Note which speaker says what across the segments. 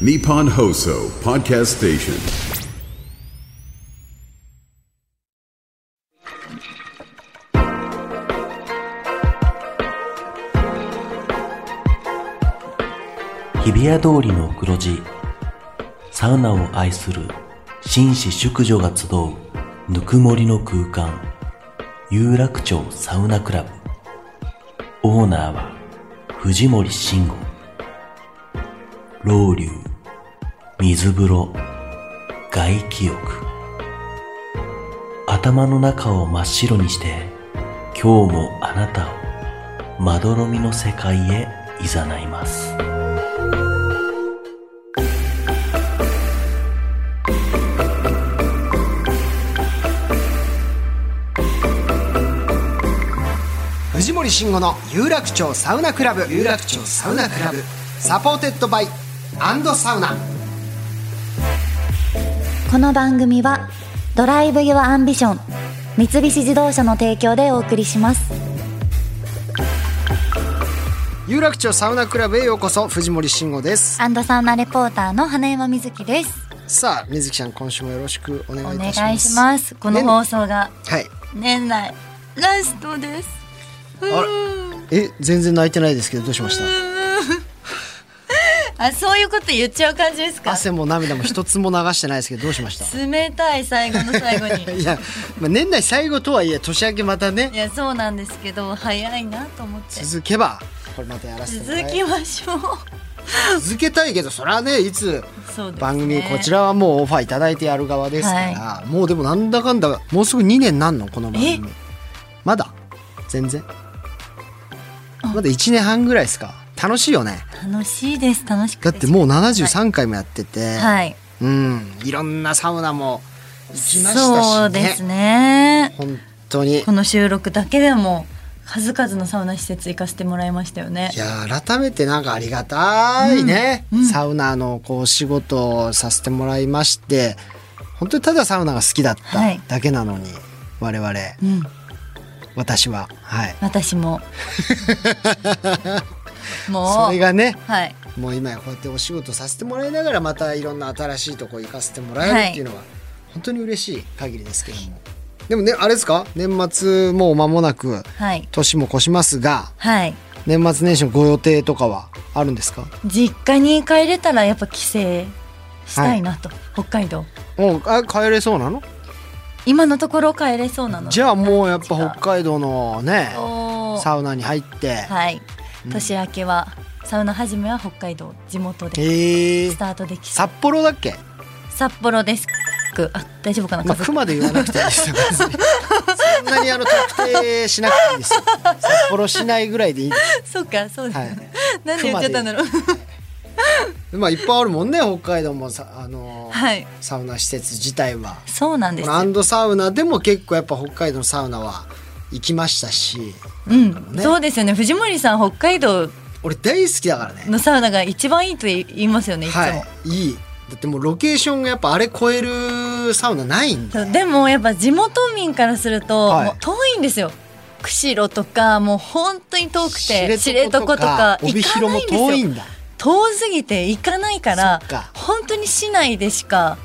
Speaker 1: Nippon Hoso Podcast Station.
Speaker 2: 日比谷通りの黒字サウナを愛する紳士淑女が集うぬくもりの空間有楽町サウナクラブオーナーは藤森慎吾老流水風呂外気浴頭の中を真っ白にして今日もあなたをまどろみの世界へ誘います
Speaker 3: 藤森慎吾の有楽町サウナクラブ有楽町サウナクラブサポーテッドバイアンドサウナ
Speaker 4: この番組は「ドライブ・ユア・アンビション」三菱自動車の提供でお送りします
Speaker 3: 有楽町サウナクラブへようこそ藤森慎吾です
Speaker 4: アンドサウナレポーターの花山瑞希です
Speaker 3: さあ水木ちゃん今週もよろしくお願
Speaker 4: お
Speaker 3: いい
Speaker 4: 願
Speaker 3: たします
Speaker 4: いしますこの
Speaker 3: ね
Speaker 4: 放送が
Speaker 3: はい
Speaker 4: 年内ラストです
Speaker 3: え全然泣いてないですけどどうしました
Speaker 4: あそういうこと言っちゃう感じですか
Speaker 3: 汗も涙も一つも流してないですけどどうしました
Speaker 4: 冷たい最後の最後に
Speaker 3: いや、まあ、年内最後とはいえ年明けまた
Speaker 4: い
Speaker 3: ね
Speaker 4: やそうなんですけど早いなと思って
Speaker 3: 続けばこれまたやらせてもら
Speaker 4: 続
Speaker 3: え
Speaker 4: きましょう
Speaker 3: 続けたいけどそれはねいつ
Speaker 4: そうですね
Speaker 3: 番組こちらはもうオファーいただいてやる側ですから、もうでもなんだかんだもうすぐ2年なんのこの番組
Speaker 4: え
Speaker 3: まだ全然まだ1年半ぐらいですか楽しいよね
Speaker 4: 楽しいです楽しく
Speaker 3: だ
Speaker 4: て
Speaker 3: ってもう73回もやってて、
Speaker 4: はい
Speaker 3: うんいろんなサウナも行きましたしね
Speaker 4: そうですね
Speaker 3: 本当に
Speaker 4: この収録だけでも数々のサウナ施設行かせてもらいましたよね
Speaker 3: い。や改めてなんかありがたいね、サウナのこう仕事をさせてもらいまして本当にただサウナが好きだっ
Speaker 4: はい
Speaker 3: ただけなのに、我々
Speaker 4: うん、
Speaker 3: 私ははい
Speaker 4: 私も。も
Speaker 3: そうれがね
Speaker 4: はい、
Speaker 3: もう今やこうやってお仕事させてもらいながらまたいろんな新しいとこ行かせてもらえるっていうのは、本当に嬉しい限りですけどもでもねあれですか年末もう間もなく
Speaker 4: はい、
Speaker 3: 年も越しますが
Speaker 4: はい。
Speaker 3: 年末年始のご予定とかはあるんですか
Speaker 4: 実家に帰れたらやっぱ帰省したいなと、北海道。
Speaker 3: もうあ帰れそうなの
Speaker 4: 今のところ帰れそうなので。
Speaker 3: じゃあもうやっぱ北海道のね
Speaker 4: おー
Speaker 3: サウナに入って、
Speaker 4: はい、年明けはサウナ始めは北海道地元で
Speaker 3: へえ
Speaker 4: スタートできそう
Speaker 3: 札幌だっけ、
Speaker 4: 札幌です。くあ大丈夫かな。
Speaker 3: まあ、
Speaker 4: 風
Speaker 3: 熊で言わなくていいですよ別にそんなにあの特定しなくていいですよ札幌市内ぐらいでいいで
Speaker 4: そうかそうです、
Speaker 3: はい
Speaker 4: ね。なんで言っちゃったんだろう。
Speaker 3: すまあいっぱいあるもんね北海道もさ、あのー
Speaker 4: はい
Speaker 3: サウナ施設自体は
Speaker 4: そうなんです
Speaker 3: こ
Speaker 4: よ
Speaker 3: の。アンドサウナでも結構やっぱ北海道のサウナは行きましたし
Speaker 4: うん、
Speaker 3: ね
Speaker 4: そうですよね藤森さん北海道
Speaker 3: 俺大好きだからね
Speaker 4: のサウナが一番いいと言いますよねいつも、
Speaker 3: はいいいだってもうロケーションがやっぱあれ超えるサウナないんだ
Speaker 4: そうでもやっぱ地元民からすると、
Speaker 3: はい
Speaker 4: もう遠いんですよ釧路とかもう本当に遠くて知床と
Speaker 3: 床
Speaker 4: か
Speaker 3: 帯
Speaker 4: 行か
Speaker 3: 広
Speaker 4: な
Speaker 3: も
Speaker 4: いんですよ
Speaker 3: 遠いんだ
Speaker 4: 遠すぎて行かないから
Speaker 3: そっか
Speaker 4: 本当に市内でしか、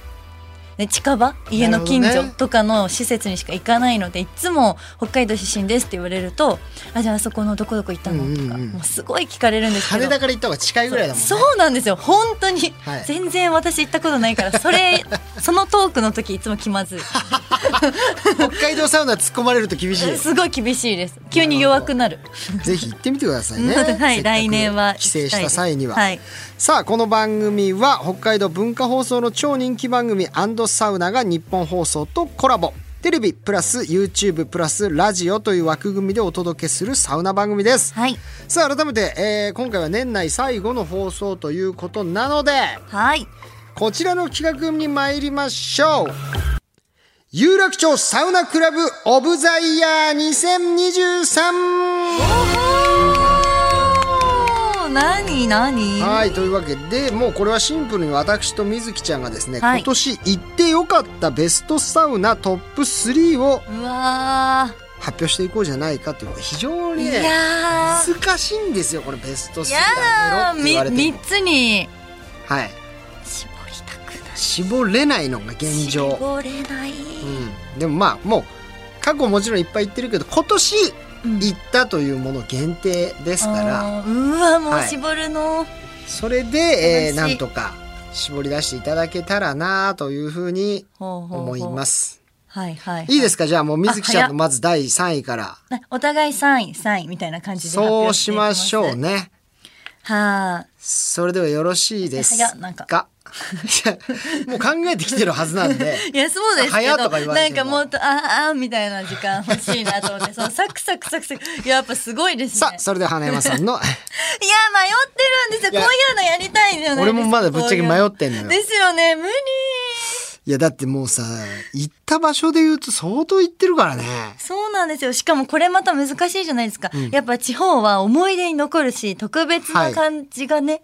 Speaker 4: ね、近場家の近
Speaker 3: なる
Speaker 4: 所
Speaker 3: ほどね
Speaker 4: とかの施設にしか行かないので、いつも北海道出身ですって言われるとあじゃああそこのどこどこ行ったのとか、
Speaker 3: うんうんうん
Speaker 4: もうすごい聞かれるんですけど
Speaker 3: 羽田から行った方が近いぐらいだもんね
Speaker 4: そうなんですよ本当に、
Speaker 3: はい
Speaker 4: 全然私行ったことないから それそのトークの時いつも気まずい
Speaker 3: 北海道サウナ突っ込まれると厳しい
Speaker 4: すごい厳しいです急に弱くなる
Speaker 3: ぜひ行ってみてくださいね
Speaker 4: はい
Speaker 3: せっかく
Speaker 4: 来年は
Speaker 3: 帰
Speaker 4: 行き
Speaker 3: 省
Speaker 4: たいです
Speaker 3: した際には、
Speaker 4: はい
Speaker 3: さあこの番組は北海道文化放送の超人気番組サウナが日本放送とコラボテレビプラス YouTube プラスラジオという枠組みでお届けするサウナ番組です、
Speaker 4: はい
Speaker 3: さあ改めて、えー今回は年内最後の放送ということなので
Speaker 4: はい
Speaker 3: こちらの企画に参りましょう。有楽町サウナクラブオブザイヤー2023
Speaker 4: おー何何
Speaker 3: はいというわけでもうこれはシンプルに私と水木ちゃんがですね、
Speaker 4: はい
Speaker 3: 今年行ってよかったベストサウナトップ3を
Speaker 4: うわ
Speaker 3: 発表していこうじゃないかということで非常
Speaker 4: ー
Speaker 3: に
Speaker 4: い
Speaker 3: ね
Speaker 4: や
Speaker 3: 難しいんですよこれベスト
Speaker 4: ー
Speaker 3: 3
Speaker 4: や
Speaker 3: だ
Speaker 4: だ
Speaker 3: めろって言われ
Speaker 4: ーみ
Speaker 3: て
Speaker 4: 三つに
Speaker 3: はい絞れないのが現状、
Speaker 4: 絞れない、
Speaker 3: うん、でもまあもう過去もちろんいっぱい行ってるけど今年
Speaker 4: うん
Speaker 3: 行ったというもの限定ですから、
Speaker 4: あーうわも
Speaker 3: は
Speaker 4: う
Speaker 3: い
Speaker 4: 絞るの、
Speaker 3: それで、えー
Speaker 4: 悲し
Speaker 3: な
Speaker 4: い
Speaker 3: んとか絞り出していただけたらなというふうに
Speaker 4: ほうほうほう
Speaker 3: 思います。
Speaker 4: はいはい、
Speaker 3: いいです
Speaker 4: か
Speaker 3: かじゃあもう水木ちゃ
Speaker 4: あ
Speaker 3: ん
Speaker 4: 早
Speaker 3: の
Speaker 4: っ
Speaker 3: まず第3位から
Speaker 4: お互い3位3位みたいな感じで発
Speaker 3: そう
Speaker 4: 表て
Speaker 3: し
Speaker 4: いき
Speaker 3: ましょうね。
Speaker 4: はあ
Speaker 3: それではよろしいです
Speaker 4: え早っなんか
Speaker 3: か もう考えてきてるはずなんで
Speaker 4: いやそうですけ
Speaker 3: 早っ
Speaker 4: ど
Speaker 3: とか言われ
Speaker 4: な
Speaker 3: て
Speaker 4: ん
Speaker 3: も
Speaker 4: かもっとああみたいな時間欲しいなと思ってそのサクサクサクサクやっぱすごいですね
Speaker 3: さあそれでは花山さんの
Speaker 4: いや迷ってるんですよこういうのやりたいじゃないですか
Speaker 3: 俺もまだぶっちゃけ迷ってんのよ
Speaker 4: こういうですよね無理
Speaker 3: いやだってもうさ行った場所で言うと相当行ってるからね。
Speaker 4: そうなんですよしかもこれまた難しいじゃないですか、やっぱ地方は思い出に残るし特別な感じがね、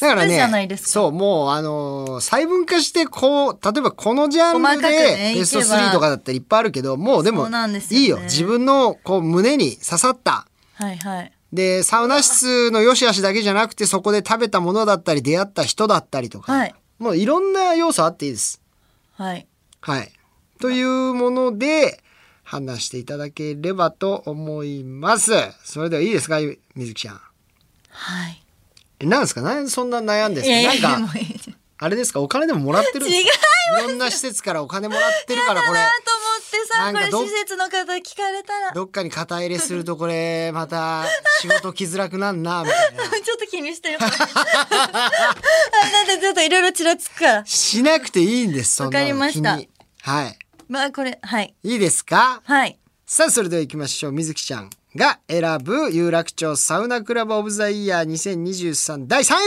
Speaker 3: だから
Speaker 4: するじゃない
Speaker 3: ね
Speaker 4: で、すか
Speaker 3: そう、もう、あのー細分化して、こう、例えばこのジャンル
Speaker 4: 細かく
Speaker 3: で、
Speaker 4: ね
Speaker 3: ベスト
Speaker 4: いけば
Speaker 3: 3とかだったらいっぱいあるけど、もうでも、
Speaker 4: そうなんですよね
Speaker 3: いいよ。自分の、こう、胸に刺さった。
Speaker 4: はいはい
Speaker 3: で、サウナ室の良し悪しだけじゃなくて、そこで食べたものだったり、出会った人だったりとか、
Speaker 4: はい
Speaker 3: もういろんな要素あっていいです。
Speaker 4: はい
Speaker 3: はい。というもので、話していただければと思います。それではいいですか、ゆ水木ちゃん。
Speaker 4: はい
Speaker 3: えなんですかなんでそんな悩んでるん
Speaker 4: いや
Speaker 3: で
Speaker 4: い
Speaker 3: すか
Speaker 4: や
Speaker 3: なん
Speaker 4: も
Speaker 3: か、
Speaker 4: ういいじゃん
Speaker 3: あれですかお金でももらってるんですか
Speaker 4: 違い
Speaker 3: いろんな施設からお金もらってるからこれ
Speaker 4: だなと思って
Speaker 3: な
Speaker 4: さ
Speaker 3: んかど
Speaker 4: これ施設の方聞かれたらちょ
Speaker 3: どっかに肩入れするとこれまた仕事来づらくなんなみた いな
Speaker 4: っと気にしてる あなんでちょっといろいろちらつくから
Speaker 3: しなくていいんですそんなの
Speaker 4: わかりました
Speaker 3: 気にはい
Speaker 4: まあこれはい
Speaker 3: いいですか
Speaker 4: はい
Speaker 3: さあそれでは行きましょう水木ちゃんが選ぶ有楽町サウナクラブオブザイヤー2023第3位は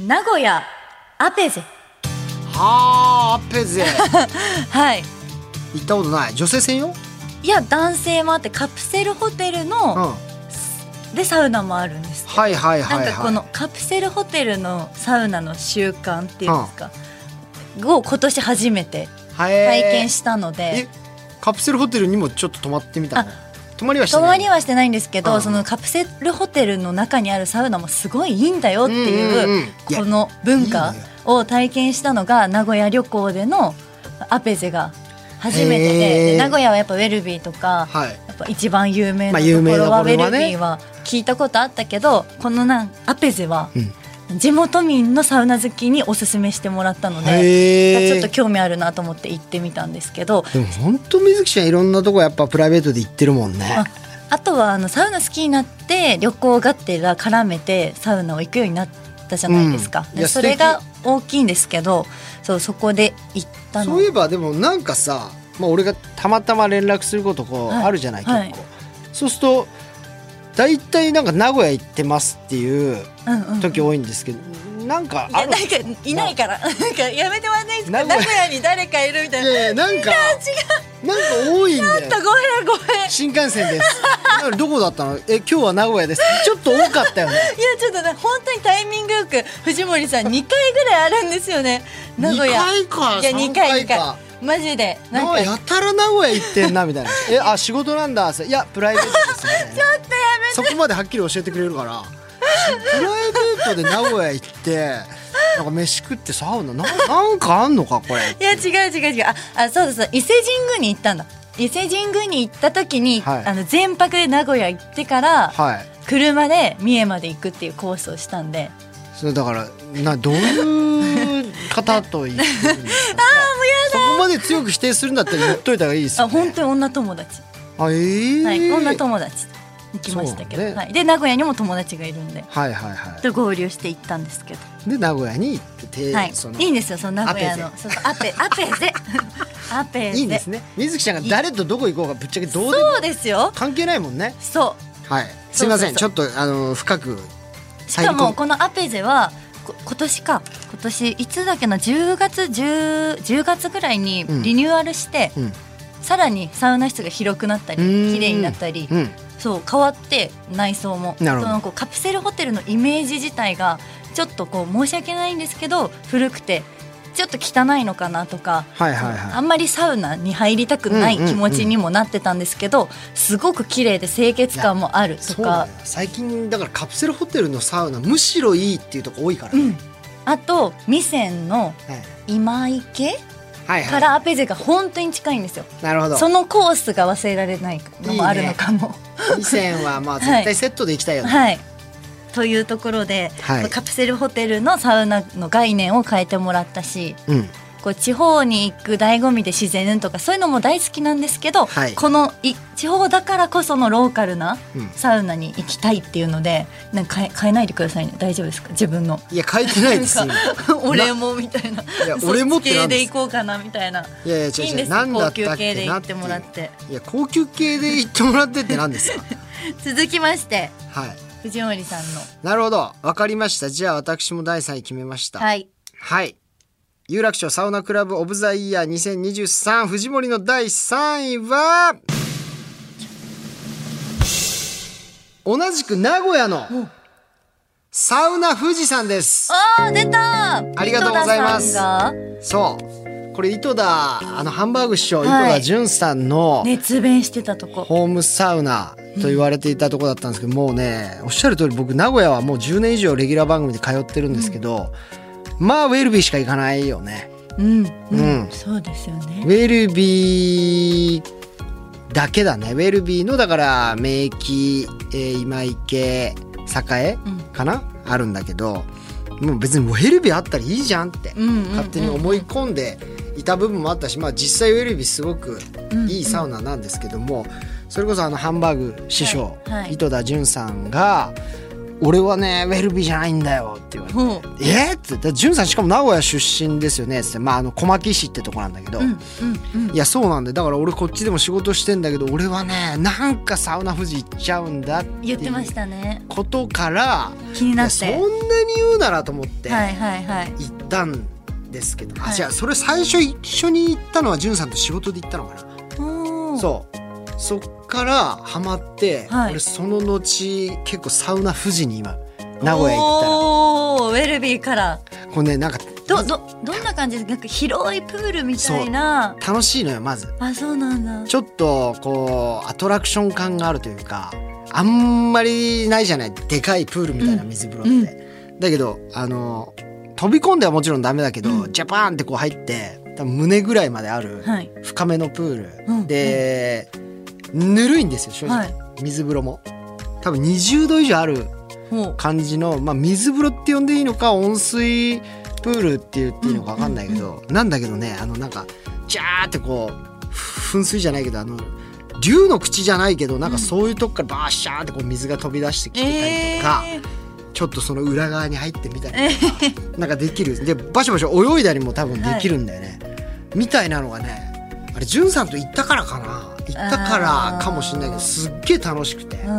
Speaker 4: 名古屋アペゼ
Speaker 3: はあアッペ ゼ行
Speaker 4: はい
Speaker 3: ったことない女性専用
Speaker 4: いや男性もあってカプセルホテル
Speaker 3: うん
Speaker 4: の、
Speaker 3: は
Speaker 4: でサウナもあるんです
Speaker 3: いはい
Speaker 4: なん
Speaker 3: はい
Speaker 4: かこ
Speaker 3: は
Speaker 4: のカプセルホテルのサウナの習慣っていうんですか、を今年初めて
Speaker 3: いへー
Speaker 4: 体験したの
Speaker 3: え
Speaker 4: で、
Speaker 3: カプセルホテルにもちょっと泊まってみたの泊まりはして
Speaker 4: 泊
Speaker 3: な
Speaker 4: ま
Speaker 3: い
Speaker 4: りはしてないんですけど、
Speaker 3: うん
Speaker 4: そのカプセルホテルの中にあるサウナもすごいいいんだよって
Speaker 3: うんうんうん
Speaker 4: いう
Speaker 3: いや
Speaker 4: この文
Speaker 3: いい
Speaker 4: 化
Speaker 3: のよ
Speaker 4: を体験したのが名古屋旅行でのアペゼが初
Speaker 3: へ
Speaker 4: めて
Speaker 3: ー
Speaker 4: でで名古屋はやっぱウェルビーとか、
Speaker 3: はい
Speaker 4: やっぱ一番有名な
Speaker 3: まあ
Speaker 4: と
Speaker 3: 有名
Speaker 4: こ
Speaker 3: な
Speaker 4: ろはウ
Speaker 3: これ
Speaker 4: ェ
Speaker 3: は
Speaker 4: ル
Speaker 3: ね
Speaker 4: ビーは聞いたことあったけどこのなんアペゼは地元民のサウナ好きにおすすめしてもらったの
Speaker 3: へー
Speaker 4: でちょっと興味あるなと思って行ってみたんですけど
Speaker 3: でも本当水木ちゃんいろんなとこやっぱプライベートで行ってるもんね
Speaker 4: あ。あとはあのサウナ好きになって旅行がってら絡めてサウナを行くようになったじゃないですか、
Speaker 3: うんい
Speaker 4: で
Speaker 3: や
Speaker 4: それが大きいんですけどそうそこで行ったの
Speaker 3: そういえばでもなんかさ、まあ俺がたまたま連絡することこう
Speaker 4: はい
Speaker 3: あるじゃない、
Speaker 4: はい
Speaker 3: 結構。そうすると大体なんか名古屋行ってますっていう
Speaker 4: うんうん
Speaker 3: 時多いんですけど、なんか
Speaker 4: い
Speaker 3: あ
Speaker 4: や
Speaker 3: る
Speaker 4: なんかいないからなんかやめてもらえないですか
Speaker 3: 名
Speaker 4: 名
Speaker 3: 古屋
Speaker 4: 古屋に誰かいるみたい
Speaker 3: い
Speaker 4: な。
Speaker 3: やいやなんかなんか多いんだよ
Speaker 4: ちょっ。とごめんごめん
Speaker 3: 新幹線です。 どこだったの？え今日は名古屋です。ちょっと多かったよね。
Speaker 4: いやちょっとね本当にタイミングよく藤森さん2回ぐらいあるんですよね名古屋
Speaker 3: 二回か
Speaker 4: いや2回
Speaker 3: 三回
Speaker 4: 2
Speaker 3: か
Speaker 4: 回マジで
Speaker 3: な
Speaker 4: な
Speaker 3: ん
Speaker 4: ん
Speaker 3: か
Speaker 4: か
Speaker 3: やたら名古屋行ってんなみたいな「えあ仕事なんだ」いやプライベートです」みたいなちょっとやめてそこまではっきり教えてくれるからプライベートで名古屋行ってなんか飯食ってサウナななんかあんのかこれ
Speaker 4: いや違う違う違うああそうだそうだ伊勢神宮に行ったんだ伊勢神宮に行った時に、
Speaker 3: はい
Speaker 4: あの全泊で名古屋行ってから
Speaker 3: はい
Speaker 4: 車で三重まで行くっていうコースをしたんで
Speaker 3: それだからなどういう方と言ってるん ですか、ね、そこまで強く否定するんだったら言っといた方がいいですよ、
Speaker 4: あ
Speaker 3: ね、
Speaker 4: 本当に女友達、
Speaker 3: あえー、
Speaker 4: はい女友達行きましたけど、
Speaker 3: そうね
Speaker 4: はい、で名古屋にも友達がいるんで
Speaker 3: はいはいは
Speaker 4: と合流して行ったんですけど
Speaker 3: いで名古屋に行ってて、
Speaker 4: はい、
Speaker 3: その
Speaker 4: いいんですよ、その名古屋の
Speaker 3: ア、
Speaker 4: そうそうアペ、アペゼ、アペ ゼ。
Speaker 3: いいんですね水木ちゃんが誰とどこ行こうがぶっちゃけどうでも
Speaker 4: そうですよ、
Speaker 3: 関係ないもんね
Speaker 4: そ
Speaker 3: はいす
Speaker 4: そうそうそう
Speaker 3: いませんちょっとあの深く
Speaker 4: う、しか
Speaker 3: 入り込
Speaker 4: も、
Speaker 3: む
Speaker 4: このアペゼは、こ今年か、今年いつだっけな、10月10、10月ぐらいに
Speaker 3: うん
Speaker 4: リニューアルして。
Speaker 3: うん
Speaker 4: さらにサウナ室が広くなったり
Speaker 3: うーん
Speaker 4: 綺麗になったり
Speaker 3: うん
Speaker 4: そう変わって内装も
Speaker 3: なるほど
Speaker 4: そのこうカプセルホテルのイメージ自体がちょっとこう申し訳ないんですけど古くてちょっと汚いのかなとか
Speaker 3: はいはいは
Speaker 4: あんまりサウナに入りたくない気持ちにもなってたんですけど、すごく綺麗で清潔感もある
Speaker 3: い
Speaker 4: と
Speaker 3: そうだ
Speaker 4: か
Speaker 3: よ最近だからカプセルホテルのサウナむしろいいっていうとこ多いから
Speaker 4: う
Speaker 3: ね、
Speaker 4: んあと味仙の今池
Speaker 3: はい
Speaker 4: か
Speaker 3: は
Speaker 4: らアペゼが本当に近いんですよ
Speaker 3: いなるほど
Speaker 4: そのコースが忘れられないのもあるのかも
Speaker 3: 以前はまあ
Speaker 4: はい
Speaker 3: 絶対セットで行きたいよね、
Speaker 4: はい。というところで、
Speaker 3: はい
Speaker 4: カプセルホテルのサウナの概念を変えてもらったし、
Speaker 3: うん
Speaker 4: こう地方に行く醍醐味で自然とかそういうのも大好きなんですけど、
Speaker 3: はい
Speaker 4: このい地方だからこそのローカルな
Speaker 3: うん
Speaker 4: サウナに行きたいっていうので、なんか変え変えないでくださいね大丈夫ですか自分の
Speaker 3: いや書いてないです今
Speaker 4: 俺もみたいない
Speaker 3: や
Speaker 4: そっち
Speaker 3: 俺もって
Speaker 4: 系
Speaker 3: なんで
Speaker 4: です行こうかなみたいない
Speaker 3: やいや違う
Speaker 4: いいん
Speaker 3: 違
Speaker 4: で
Speaker 3: う
Speaker 4: す
Speaker 3: なんだ
Speaker 4: 高
Speaker 3: った
Speaker 4: 級
Speaker 3: っ
Speaker 4: 系で
Speaker 3: け
Speaker 4: 行
Speaker 3: な
Speaker 4: ってもらって
Speaker 3: いや高級系で行ってもらってって何ですか
Speaker 4: 続きまして
Speaker 3: はい
Speaker 4: 藤森さんの
Speaker 3: なるほどわかりましたじゃあ私も第3位決めました
Speaker 4: はい
Speaker 3: はい有楽町サウナクラブオブザイヤー2023藤森の第3位は同じく名古屋のサウナ富士山です
Speaker 4: あー出た
Speaker 3: ありがとうございます
Speaker 4: 井戸田さんが
Speaker 3: そうこれ井戸田あのハンバーグ師匠、
Speaker 4: は
Speaker 3: 井
Speaker 4: い
Speaker 3: 戸田潤さんの
Speaker 4: 熱弁してたとこ
Speaker 3: ホームサウナと言われていたとこだったんですけど、もうねおっしゃる通り僕名古屋はもう10年以上レギュラー番組で通ってるんですけど、まあウェルビーしか行かないよね
Speaker 4: うん、
Speaker 3: うん
Speaker 4: そうですよね
Speaker 3: ウェルビーだけだねウェルビーのだから名駅、えー今池栄
Speaker 4: うん
Speaker 3: かな、あるんだけどもう別にウェルビーあったらいいじゃんって
Speaker 4: うんうんうんうん
Speaker 3: 勝手に思い込んでいた部分もあったし、まあ、実際ウェルビーすごくいいサウナなんですけども、それこそあのハンバーグ師匠、
Speaker 4: はいはい
Speaker 3: 井戸田潤さんが「俺はねウェルビーじゃないんだよ」って言われて。
Speaker 4: ほ
Speaker 3: えー、って言って潤さんしかも名古屋出身ですよねっつって、まあ、あの小牧市ってとこなんだけど、
Speaker 4: ううんうん
Speaker 3: いやそうなんでだから俺こっちでも仕事してんだけど俺はねなんかサウナ富士行っちゃうんだって
Speaker 4: うん
Speaker 3: い
Speaker 4: 言ってまし
Speaker 3: う
Speaker 4: たね
Speaker 3: ことから
Speaker 4: 気に
Speaker 3: い
Speaker 4: な
Speaker 3: や
Speaker 4: っ
Speaker 3: そ
Speaker 4: て
Speaker 3: んなに言うならと思って
Speaker 4: はい
Speaker 3: 行
Speaker 4: はいはい
Speaker 3: ったんですけど、
Speaker 4: はい
Speaker 3: あ違うそれ最初一緒に行ったのはんさんと仕事で行ったのかな、
Speaker 4: おー
Speaker 3: そうそっからハマって、
Speaker 4: はい
Speaker 3: 俺その後結構サウナ富士に今名古屋行ったら
Speaker 4: おーウェルビーから
Speaker 3: これねなんか
Speaker 4: どどどんな感じですかなんか広いプールみたいな
Speaker 3: 楽しいのよまず
Speaker 4: あそうなんだ
Speaker 3: ちょっとこうアトラクション感があるというかあんまりないじゃないでかいプールみたいな水風呂って、
Speaker 4: うん
Speaker 3: だけどあの飛び込んではもちろんダメだけど、
Speaker 4: うん
Speaker 3: ジャパーンってこう入って多分胸ぐらいまである
Speaker 4: はい
Speaker 3: 深めのプール、
Speaker 4: うん
Speaker 3: で、ぬるいんですよ正直、
Speaker 4: はい
Speaker 3: 水風呂も多分20度以上ある
Speaker 4: ほう
Speaker 3: 感じの、まあ、水風呂って呼んでいいのか温水プールって言っていいのか分かんないけど、なんだけどねあのなんかジャーってこうふ噴水じゃないけどあの竜の口じゃないけどなんかそういうとこからバーシャーってこう水が飛び出してきてたりとか、
Speaker 4: えー
Speaker 3: ちょっとその裏側に入ってみたりとか、なんかできるでバシャバシャ泳いだりも多分できるんだよね、みたいなのがねあれんさんと行ったからかな行ったからかもしれないけどすっげえ楽しくて。
Speaker 4: う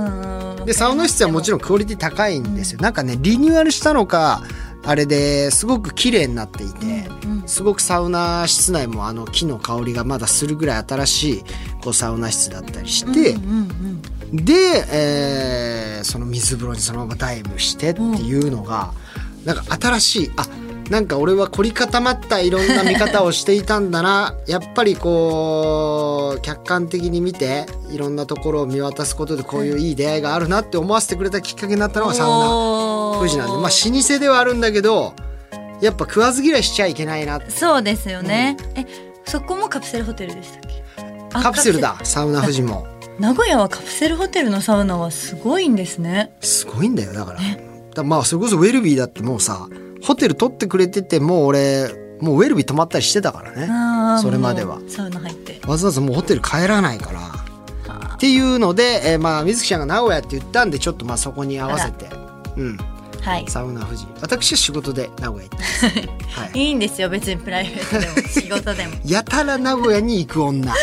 Speaker 4: ん
Speaker 3: でサウナ室はもちろんクオリティ高いんですよ、なんかねリニューアルしたのかあれですごく綺麗になっていて、
Speaker 4: うんうん
Speaker 3: すごくサウナ室内もあの木の香りがまだするぐらい新しいこうサウナ室だったりして、
Speaker 4: うんうん
Speaker 3: で、えーその水風呂にそのままダイブしてっていうのが、なんか新しいあなんか俺は凝り固まったいろんな見方をしていたんだな やっぱりこう客観的に見ていろんなところを見渡すことでこういういい出会いがあるなって思わせてくれたきっかけになったのがサウナ
Speaker 4: ナ
Speaker 3: 富士なんでまあ老舗ではあるんだけどやっぱ食わず嫌いしちゃいけないな
Speaker 4: そうですよね、えそこもカプセルホテルでしたっけあ
Speaker 3: カプセルだサウナ富士 も
Speaker 4: 名古屋はカプセルホテルのサウナはすごいんですね。
Speaker 3: すごいんだよだからだまあそれこそウェルビーだってもうさホテル取ってくれててもう俺もうウェルビー泊まったりしてたから
Speaker 4: あ
Speaker 3: ね
Speaker 4: ー
Speaker 3: それまでは
Speaker 4: もうサウナ入って。
Speaker 3: わざわざもうホテル帰らないからっていうので、えーまあ水木ちゃんが名古屋って言ったんでちょっとまあそこに合わせてうん
Speaker 4: はい。
Speaker 3: サウナ富士私は仕事で名古屋行ってます、 はい
Speaker 4: いいんですよ別にプライベートでも仕事で も。
Speaker 3: やたら名古屋に行く女
Speaker 4: や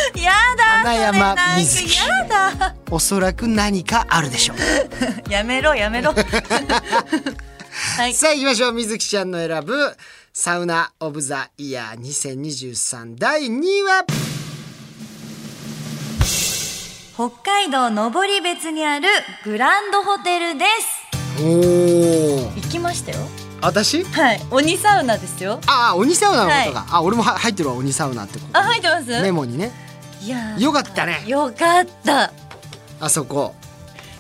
Speaker 4: だ。
Speaker 3: 花山水木
Speaker 4: それなんかやだ。
Speaker 3: おそらく何かあるでしょう
Speaker 4: やめろ やめろ。はい。
Speaker 3: さあ行きましょう水木ちゃんの選ぶサウナオブザイヤー2023第2位は
Speaker 4: 北海道登別にあるグランドホテルです。
Speaker 3: おお
Speaker 4: 行きましたよ。
Speaker 3: 私
Speaker 4: はい。鬼サウナですよ。
Speaker 3: ああ鬼サウナのことか、
Speaker 4: は
Speaker 3: あ俺もは入ってるわ鬼サウナってこ
Speaker 4: あ入ってます。
Speaker 3: メモにね
Speaker 4: いやー
Speaker 3: よかったね
Speaker 4: よかった。
Speaker 3: あそこ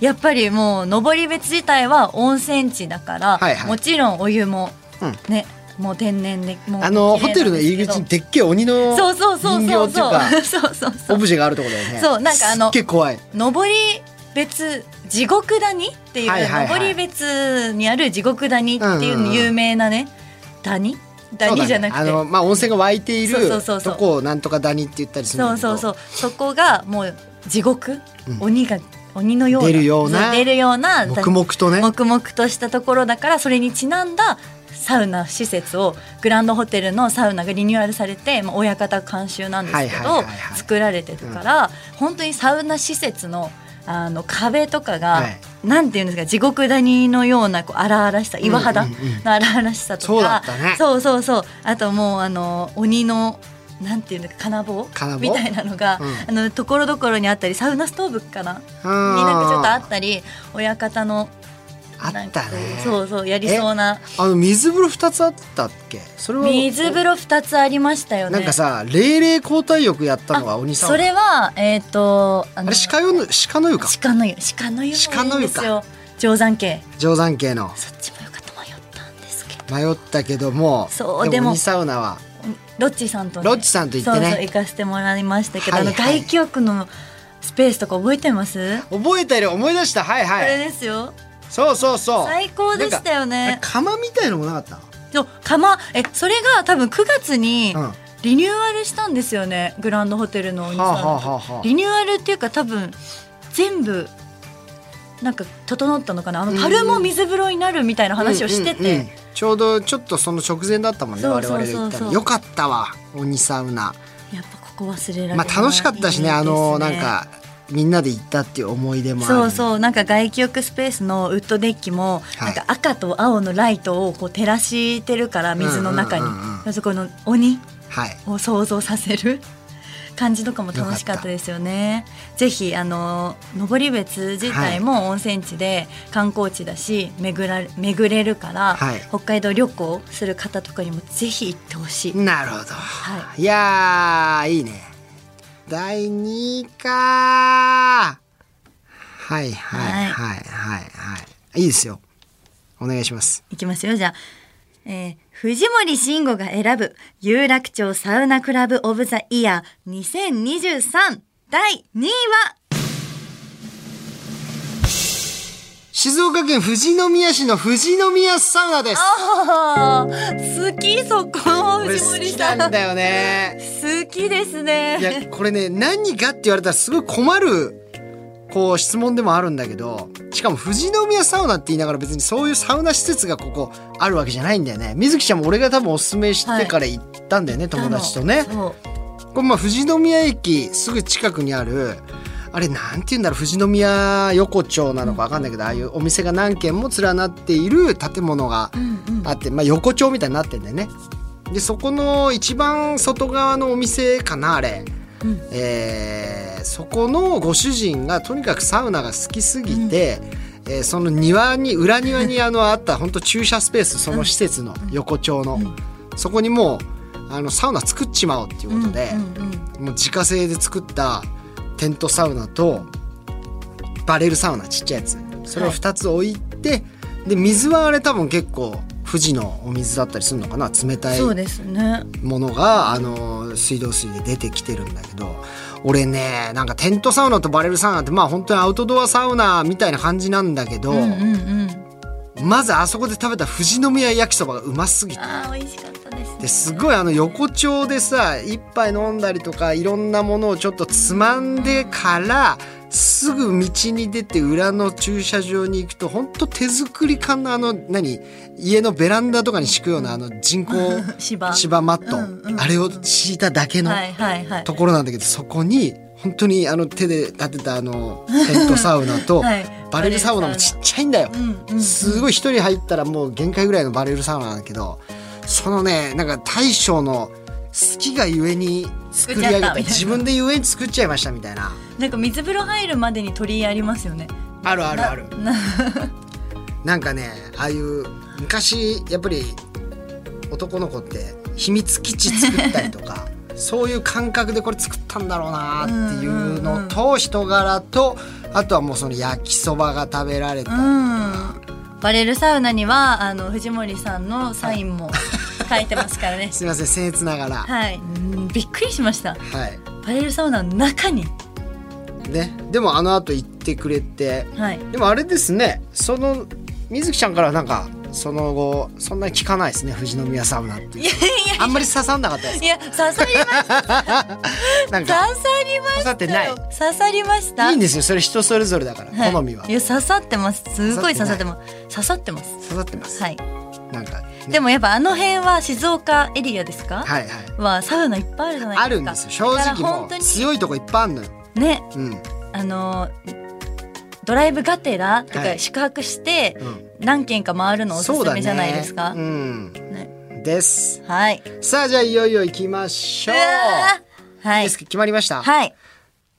Speaker 4: やっぱりもう登別自体は温泉地だから、
Speaker 3: はいはい
Speaker 4: もちろんお湯も
Speaker 3: うん
Speaker 4: ねもう天然でもう
Speaker 3: あの
Speaker 4: 綺
Speaker 3: ホ
Speaker 4: 麗
Speaker 3: テル
Speaker 4: な
Speaker 3: の
Speaker 4: んです
Speaker 3: 入
Speaker 4: け
Speaker 3: り
Speaker 4: ど
Speaker 3: 口にでっけえ鬼の
Speaker 4: そうそうそう
Speaker 3: 人
Speaker 4: そ
Speaker 3: 形って
Speaker 4: う
Speaker 3: いう
Speaker 4: そう
Speaker 3: か
Speaker 4: そうそうそ
Speaker 3: オ
Speaker 4: う
Speaker 3: ブジェがあるとこだよね
Speaker 4: そうなんかあの
Speaker 3: すっげえ怖い
Speaker 4: 上り別地獄谷っていう、
Speaker 3: はいはいはい
Speaker 4: 上り別にある地獄谷っていう
Speaker 3: うんうんうん
Speaker 4: 有名なね、谷
Speaker 3: そうだね
Speaker 4: 谷じゃなくて
Speaker 3: あの、まあ、温泉が湧いている
Speaker 4: そうそうそうそう
Speaker 3: とこをなんとかダニって言ったりするん
Speaker 4: そ
Speaker 3: だ
Speaker 4: う
Speaker 3: け
Speaker 4: そ
Speaker 3: ど
Speaker 4: うそうそこがもう地獄、
Speaker 3: ん
Speaker 4: 鬼が鬼のような
Speaker 3: 出るような
Speaker 4: そ出るような
Speaker 3: 黙々とね
Speaker 4: 黙々としたところだからそれにちなんだサウナ施設をグランドホテルのサウナがリニューアルされて、まあ、親方監修なんですけ
Speaker 3: はい
Speaker 4: ど、
Speaker 3: はいはいはい
Speaker 4: 作られてるから、本当にサウナ施設のあの壁とかが、
Speaker 3: はい
Speaker 4: なんていうんですか地獄谷のようなこう荒々しさ岩肌
Speaker 3: うん
Speaker 4: の
Speaker 3: うんうん
Speaker 4: 荒々しさとか、
Speaker 3: そうだったね
Speaker 4: そうそうそうあともうあの鬼のなんていうの金棒
Speaker 3: 金棒
Speaker 4: みたいなのが、
Speaker 3: うん
Speaker 4: あのところどころにあったりサウナストーブか
Speaker 3: う
Speaker 4: なになんかちょっとあ
Speaker 3: あ
Speaker 4: ったり親方の
Speaker 3: あったね
Speaker 4: そうそうやりそうな
Speaker 3: あの水風呂二つあったっけそれは
Speaker 4: 水風呂二つありましたよね
Speaker 3: なんかさ霊霊交代浴やったのは鬼さん
Speaker 4: それはえっ、とあ
Speaker 3: あれ鹿の鹿の湯か
Speaker 4: 鹿の湯鹿の湯も
Speaker 3: 鹿
Speaker 4: いい
Speaker 3: の
Speaker 4: ん
Speaker 3: 湯
Speaker 4: です
Speaker 3: か
Speaker 4: よ定山渓
Speaker 3: 定山系の
Speaker 4: そっちもよかった迷ったんですけど
Speaker 3: 迷ったけども
Speaker 4: そうでも
Speaker 3: 鬼サウナは
Speaker 4: ロッチさんと、
Speaker 3: ロッチさんと行ってね
Speaker 4: そうそう行かせてもらいましたけど、
Speaker 3: はいはい
Speaker 4: あの外記憶のスペースとか覚えてます
Speaker 3: 覚えたより思い出したはい
Speaker 4: こ
Speaker 3: は
Speaker 4: れ
Speaker 3: い
Speaker 4: ですよ
Speaker 3: そうそうそう
Speaker 4: 最高でしたよね
Speaker 3: なんか釜みたいのもなかった
Speaker 4: そう釜えそれが多分9月に
Speaker 3: うん
Speaker 4: リニューアルしたんですよね、グランドホテルのお兄さん
Speaker 3: はあ
Speaker 4: の、
Speaker 3: はあはあはあ
Speaker 4: リニューアルっていうか多分全部なんか整ったのかなあの樽も水風呂になるみたいな話をしてて、
Speaker 3: うんうんうんちょうどちょっとその直前だったもんね
Speaker 4: そ
Speaker 3: 我
Speaker 4: うそうそう
Speaker 3: 々が行っ
Speaker 4: そう
Speaker 3: たのよかったわ鬼サウナ
Speaker 4: やっぱここ忘れられない、
Speaker 3: まあ楽しかったしね
Speaker 4: いいです
Speaker 3: あのなんかみんなで行ったっていう思い出もある
Speaker 4: そうそうなんか外気浴スペースのウッドデッキも、
Speaker 3: はい
Speaker 4: なんか赤と青のライトをこう照らしてるから水の中に、
Speaker 3: うんうんうん
Speaker 4: そこの鬼
Speaker 3: はい
Speaker 4: を想像させる感じとかも楽しかったですよね。ぜひあの登別自体も温泉地で観光地だし、巡ら巡れるから、
Speaker 3: はい
Speaker 4: 北海道旅行する方とかにもぜひ行ってほしい。
Speaker 3: なるほど、、
Speaker 4: はい
Speaker 3: やーいいね第2位かはいはいはいはいはいいいですよお願いします
Speaker 4: いきますよ、じゃあ。えー藤森慎吾が選ぶ有楽町サウナクラブオブザイヤー2023第2位は
Speaker 3: 静岡県富士宮市の富士宮サウナです
Speaker 4: あー好きそこ
Speaker 3: これ
Speaker 4: 藤
Speaker 3: 好
Speaker 4: 森
Speaker 3: き
Speaker 4: さ
Speaker 3: なんんだよね
Speaker 4: 好きです
Speaker 3: いや
Speaker 4: ね
Speaker 3: これね何かって言われたらすごい困るこう質問でもあるんだけどしかも富士宮サウナって言いながら別にそういうサウナ施設がここあるわけじゃないんだよね水木ちゃんも俺が多分おすすめしてから行ったんだよね、友達とね
Speaker 4: そう
Speaker 3: これまあ富士宮駅すぐ近くにあるあれなんて言うんだろう富士宮横丁なのか分かんないけど、ああいうお店が何軒も連なっている建物があって、まあ、横丁みたいになってんだよね。でそこの一番外側のお店かなあれ、えーそこのご主人がとにかくサウナが好きすぎて、えーその庭に裏庭 にあのあった本当駐車スペースその施設の横丁の、そこにもうあのサウナ作っちまおうっていうことで。
Speaker 4: うんうん
Speaker 3: もう自家製で作ったテントサウナとバレルサウナちっちゃいやつそれを
Speaker 4: はい
Speaker 3: 2つ置いて、で水はあれ多分結構富士のお水だったりするのかな冷たい
Speaker 4: そうですね
Speaker 3: ものがあの水道水で出てきてるんだけど俺ねなんかテントサウナとバレルサウナってまあ本当にアウトドアサウナみたいな感じなんだけど、
Speaker 4: うんうんうん
Speaker 3: まずあそこで食べた富士宮焼きそばがうますぎて
Speaker 4: あー美味しかったですね
Speaker 3: ですごいあの横丁でさ一杯飲んだりとかいろんなものをちょっとつまんでからすぐ道に出て裏の駐車場に行くとほんと手作り感のあの何家のベランダとかに敷くようなあの人工
Speaker 4: 芝
Speaker 3: 芝マット、
Speaker 4: うんうんうん
Speaker 3: あれを敷いただけの
Speaker 4: はいはいはい
Speaker 3: ところなんだけどそこに本当にあの手で立てたあ のテントサウナと
Speaker 4: はい
Speaker 3: バレルサウナもちっちゃいんだよ。
Speaker 4: うんうんうん
Speaker 3: すごい一人入ったらもう限界ぐらいのバレルサウナなんだけどそのねなんか大将の好きがゆえに作り上げ
Speaker 4: 作っちゃったたみたいな
Speaker 3: 自分でゆえに作っちゃいましたみたいな
Speaker 4: なんか水風呂入るまでに鳥居ありますよね
Speaker 3: あるあるあるなんかねああいう昔やっぱり男の子って秘密基地作ったりと かそういう感覚でこれ作ったんだろうなっていうのと人柄とあとはもうその焼きそばが食べられたり
Speaker 4: うんバレルサウナにはあの藤森さんのサインも書いてますか らね
Speaker 3: すみません僭越ながらは
Speaker 4: はいうんびっくりしました
Speaker 3: い
Speaker 4: バレルサウナの中に
Speaker 3: ねでもあの後行ってくれて
Speaker 4: はい
Speaker 3: でもあれですねその水木ちゃんからなんかその後そんなに聞かないですね富士宮サウナっていう
Speaker 4: いやい
Speaker 3: あんまり刺さんなかったです
Speaker 4: やいや刺さ りました
Speaker 3: なん
Speaker 4: 刺さ
Speaker 3: か
Speaker 4: りましたよ
Speaker 3: 刺さってない
Speaker 4: 刺さりました
Speaker 3: いいんですよそれ人それぞれだから、
Speaker 4: はい
Speaker 3: 好みはい
Speaker 4: や刺さってますすごい
Speaker 3: 刺さ
Speaker 4: 刺さ
Speaker 3: っ
Speaker 4: っててます刺さってます
Speaker 3: 刺さってます、
Speaker 4: はい
Speaker 3: なんかね、
Speaker 4: でもやっぱあの辺は静岡エリアですか
Speaker 3: はいはい
Speaker 4: はサウナいっぱいあるじゃな
Speaker 3: あ
Speaker 4: いで
Speaker 3: る
Speaker 4: す
Speaker 3: ん
Speaker 4: か
Speaker 3: ですよ正
Speaker 4: だ
Speaker 3: 直
Speaker 4: から
Speaker 3: も
Speaker 4: 本当
Speaker 3: う
Speaker 4: に
Speaker 3: 強いとこいっぱいあるのよ
Speaker 4: ね
Speaker 3: うん
Speaker 4: あのドライブがてらと
Speaker 3: は
Speaker 4: か
Speaker 3: い
Speaker 4: 宿泊して
Speaker 3: うん
Speaker 4: 何軒か回るのおす
Speaker 3: そう
Speaker 4: す
Speaker 3: だ
Speaker 4: め
Speaker 3: ね
Speaker 4: じゃないですか、
Speaker 3: うん
Speaker 4: ね
Speaker 3: です
Speaker 4: はい
Speaker 3: さあじゃあいよいよ行きましょう
Speaker 4: うわーはい
Speaker 3: いいですか決まりました、
Speaker 4: はい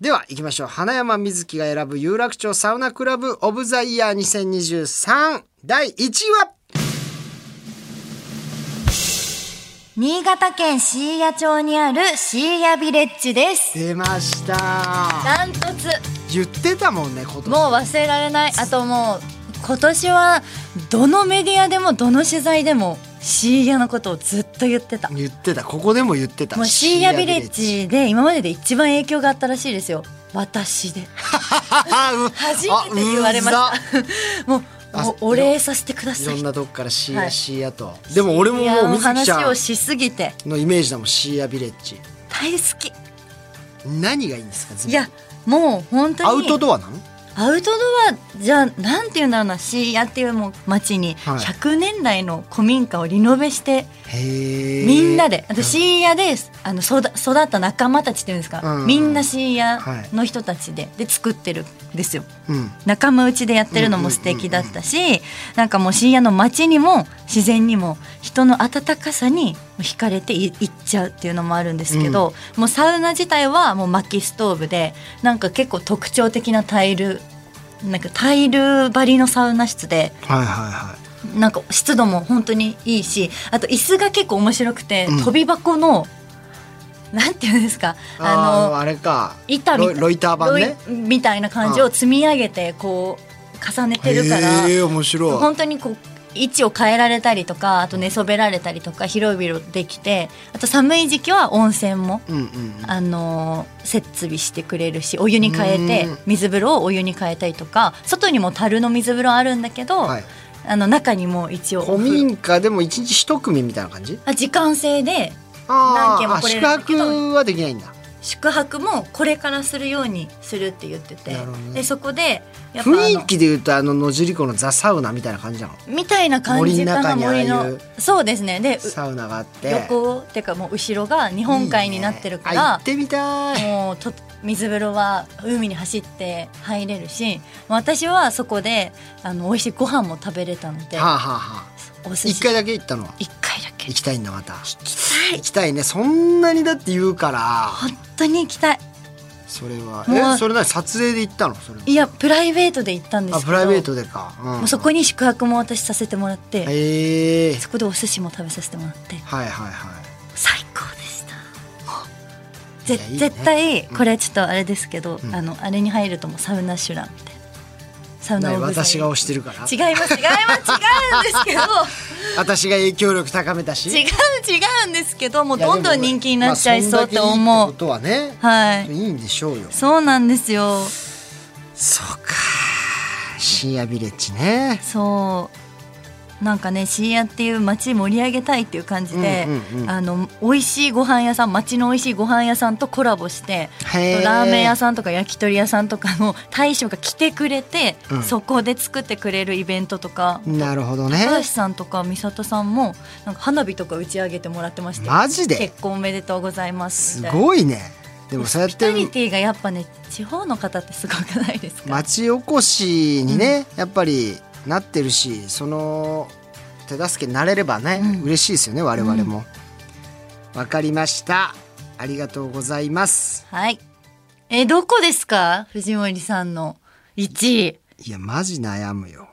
Speaker 3: では行きましょう花山瑞希が選ぶ有楽町サウナクラブオブザイヤー2023第1位は
Speaker 4: 新潟県椎谷町にある椎谷ビレッジです
Speaker 3: 出ました
Speaker 4: ダントツ
Speaker 3: 言ってたもんね今年
Speaker 4: もう忘れられないあともう今年はどのメディアでもどの取材でも椎谷のことをずっと言ってた
Speaker 3: 言ってたここでも言ってた
Speaker 4: もうシーアビレッジで今までで一番影響があったらしいですよ私で初
Speaker 3: 初
Speaker 4: めて言われました もう
Speaker 3: あ
Speaker 4: もうお礼させてくだ
Speaker 3: い
Speaker 4: さ
Speaker 3: ろ
Speaker 4: い
Speaker 3: んなとこからシー
Speaker 4: は
Speaker 3: ア
Speaker 4: い
Speaker 3: シーアと、でも俺ももう
Speaker 4: いや
Speaker 3: みずきち
Speaker 4: 話
Speaker 3: ゃ
Speaker 4: を
Speaker 3: ん
Speaker 4: しすぎて
Speaker 3: のイメージだもんシーアビレッジ
Speaker 4: 大好き
Speaker 3: 何がいいんですかずっと
Speaker 4: いやもう本当に
Speaker 3: アウトドアなの
Speaker 4: アウトドアじゃなんていうんだろうなシーアっていうもう町に
Speaker 3: はい
Speaker 4: 100年来の古民家をリノベして
Speaker 3: へえ
Speaker 4: みんなで、あとシーアであの育育った仲間たちっていうんですか、
Speaker 3: うん
Speaker 4: みんなシ
Speaker 3: はい
Speaker 4: ーアの人たちでで作ってるんですよ
Speaker 3: うん
Speaker 4: 仲間内でやってるのも素敵だったし、なんかもう深夜の街にも自然にも人の温かさに惹かれてい行っちゃうっていうのもあるんですけど、もうサウナ自体はもう薪ストーブでなんか結構特徴的なタイルなんかタイル張りのサウナ室で
Speaker 3: はいはいはい
Speaker 4: なんか湿度も本当にいいしあと椅子が結構面白くて、飛び箱のなんていうんですか
Speaker 3: あのあれか
Speaker 4: 板みた
Speaker 3: ロイロイター版ね
Speaker 4: ロイみたいな感じを積み上げてこう重ねてるから、
Speaker 3: へえ面白い
Speaker 4: 本当にこう位置を変えられたりとかあと寝そべられたりとか広々できてあと寒い時期は温泉も、
Speaker 3: うんうん
Speaker 4: あのー設備してくれるしお湯に変えて
Speaker 3: うん
Speaker 4: 水風呂をお湯に変えたりとか外にも樽の水風呂あるんだけど、
Speaker 3: はい
Speaker 4: あの中にも一応
Speaker 3: 古
Speaker 4: お風呂
Speaker 3: 民家でも一日一組みたいな感じ
Speaker 4: あ時間制で
Speaker 3: あ
Speaker 4: 何軒
Speaker 3: ー
Speaker 4: も
Speaker 3: あ
Speaker 4: 来れ
Speaker 3: 宿
Speaker 4: るんだけど
Speaker 3: 泊はできないんだ
Speaker 4: 宿泊もこれからするようにするって言ってて、
Speaker 3: なるほどね
Speaker 4: でそこでやっぱあの
Speaker 3: 雰囲気で言うとあの野尻湖のザサウナみたいな感じなの
Speaker 4: みたいな感じかな
Speaker 3: 森の中
Speaker 4: 森
Speaker 3: にああ
Speaker 4: の
Speaker 3: いう
Speaker 4: そうですねでう
Speaker 3: サウナがあって
Speaker 4: 横っていうかもう後ろが日本海になってるか
Speaker 3: いいねあ行
Speaker 4: ら
Speaker 3: ってみたい
Speaker 4: もうと水風呂は海に走って入れるし私はそこであの美味しいご飯も食べれたので
Speaker 3: はあはあはあ
Speaker 4: お寿司
Speaker 3: 一回だけ行ったのは
Speaker 4: 一回だけ
Speaker 3: 行
Speaker 4: 行
Speaker 3: きたいんだまた行
Speaker 4: きたい
Speaker 3: きたいねそんなにだって言うから
Speaker 4: 本当に行きたい
Speaker 3: それ
Speaker 4: も
Speaker 3: は
Speaker 4: う
Speaker 3: えそれな撮影で行ったのそれはい
Speaker 4: やプライベートで行ったんです
Speaker 3: あ
Speaker 4: けど
Speaker 3: プライベートでか、う
Speaker 4: もうそこに宿泊も私させてもらって、
Speaker 3: へえ
Speaker 4: そこでお寿司も食べさせてもらって
Speaker 3: はいはいはい
Speaker 4: 最高でしたぜ
Speaker 3: いやいいね
Speaker 4: 絶対これちょっとあれですけど、
Speaker 3: ん
Speaker 4: あのあれに入るともうサウナシュランみたいなサウナ
Speaker 3: ね
Speaker 4: オブザイヤー
Speaker 3: 私が推してるから
Speaker 4: 違います違います違うんです けど
Speaker 3: 私が影響力高めたし
Speaker 4: 違
Speaker 3: い
Speaker 4: う違うんですけどもう
Speaker 3: や
Speaker 4: どんどん人気になっちゃいそうって思う、
Speaker 3: まあそんだけいいってことはね、
Speaker 4: はい
Speaker 3: いいんでしょうよ
Speaker 4: そうなんですよ
Speaker 3: そうか深夜ビレッジね
Speaker 4: そうなんかね深夜っていう街盛り上げたいっていう感じで、
Speaker 3: うんうんうん
Speaker 4: あの美味しいご飯屋さん街の美味しいご飯屋さんとコラボして
Speaker 3: へー
Speaker 4: ラーメン屋さんとか焼き鳥屋さんとかの大将が来てくれて、
Speaker 3: うん
Speaker 4: そこで作ってくれるイベントとか
Speaker 3: なるほどね
Speaker 4: 高橋さんとか美里さんもなんか花火とか打ち上げてもらってましたよ
Speaker 3: マジで
Speaker 4: 結婚おめでとうございま
Speaker 3: す
Speaker 4: すみたいな
Speaker 3: ごいねでもそうやっ
Speaker 4: ホスピタリ
Speaker 3: て
Speaker 4: ティがやっぱね地方の方ってすごくないですか、
Speaker 3: 町おこしにね、やっぱりなってるしその手助けになれればね、
Speaker 4: うん
Speaker 3: 嬉しいですよね我々もわ、かりましたありがとうございます
Speaker 4: はいえどこですか藤森さんの1位
Speaker 3: いやマジ悩むよ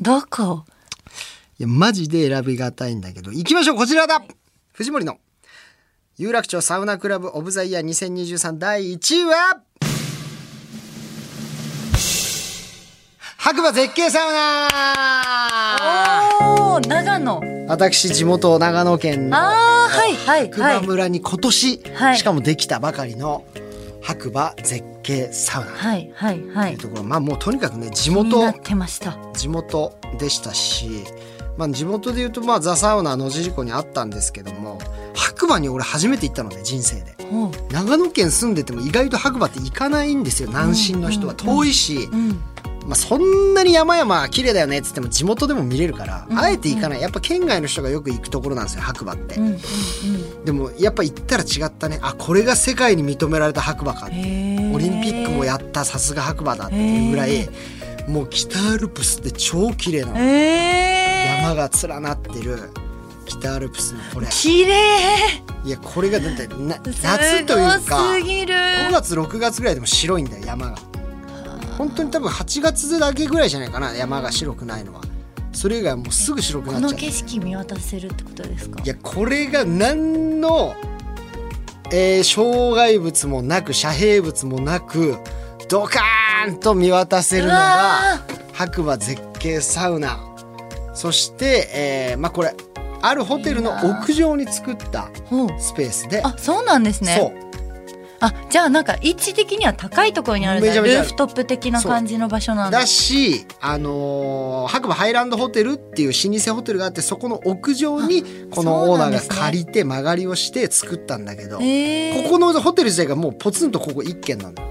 Speaker 4: どこ
Speaker 3: いやマジで選びがたいんだけど行きましょうこちらだ、藤森の有楽町サウナクラブオブザイヤー2023第1位は白馬絶景サウナ
Speaker 4: おお長野
Speaker 3: 私地元長野県の
Speaker 4: あーはいはい
Speaker 3: 白馬
Speaker 4: はい
Speaker 3: 村に今年、
Speaker 4: はい
Speaker 3: しかもできたばかりの白馬絶景サウナと
Speaker 4: はいはいは
Speaker 3: いう
Speaker 4: い
Speaker 3: ところ、まあもうとにかくね地
Speaker 4: 気にな
Speaker 3: 元
Speaker 4: ってました
Speaker 3: 地元でしたし、まあ、地元で言うとまあザ・サウナ野尻湖にあったんですけども白馬に俺初めて行ったので人生で
Speaker 4: おう
Speaker 3: 長野県住んでても意外と白馬って行かないんですよ南進の人は遠いし、
Speaker 4: うん
Speaker 3: まあ、そんなに山々綺麗だよねっつっても地元でも見れるから、あえて行かないやっぱ県外の人がよく行くところなんですよ白馬って、
Speaker 4: うんうん
Speaker 3: でもやっぱ行ったら違ったねあこれが世界に認められた白馬かって
Speaker 4: うんへー
Speaker 3: オリンピックもやったさすが白馬だっていうぐら
Speaker 4: へ
Speaker 3: いもう北アルプスって超綺麗なの
Speaker 4: へえ
Speaker 3: 山が連なってる北アルプスのこれ
Speaker 4: 綺麗
Speaker 3: いやこれがだ ってな
Speaker 4: す
Speaker 3: 夏というか
Speaker 4: ごす
Speaker 3: 5
Speaker 4: ぎる
Speaker 3: 月6月ぐらいでも白いんだよ山が本当に多分8月だけぐらいじゃないかな山が白くないのはそれ以外はもうすぐ白くな
Speaker 4: こ
Speaker 3: っちゃう
Speaker 4: の景色見渡せるってことですか
Speaker 3: いやこれが何の、えー障害物もなく遮蔽物もなくドカーンと見渡せるの
Speaker 4: う
Speaker 3: が
Speaker 4: わ
Speaker 3: 白馬絶景サウナそして、えーまあ、これあるホテルの屋上に作った
Speaker 4: ほう
Speaker 3: スペースで
Speaker 4: あそうなんですね
Speaker 3: そう
Speaker 4: あじゃあなんか位置的には高いところにあるんだ
Speaker 3: めちゃめちゃある
Speaker 4: ルーフトップ的な感じの場所なんだ
Speaker 3: だし、あのー白馬ハイランドホテルっていう老舗ホテルがあってそこの屋上にこの
Speaker 4: そ
Speaker 3: オ
Speaker 4: う
Speaker 3: ーナー
Speaker 4: なんで
Speaker 3: が
Speaker 4: すね
Speaker 3: 借りて間借りをして作ったんだけど、
Speaker 4: へー
Speaker 3: ここのホテル自体がもうポツンとここ一軒なんだよ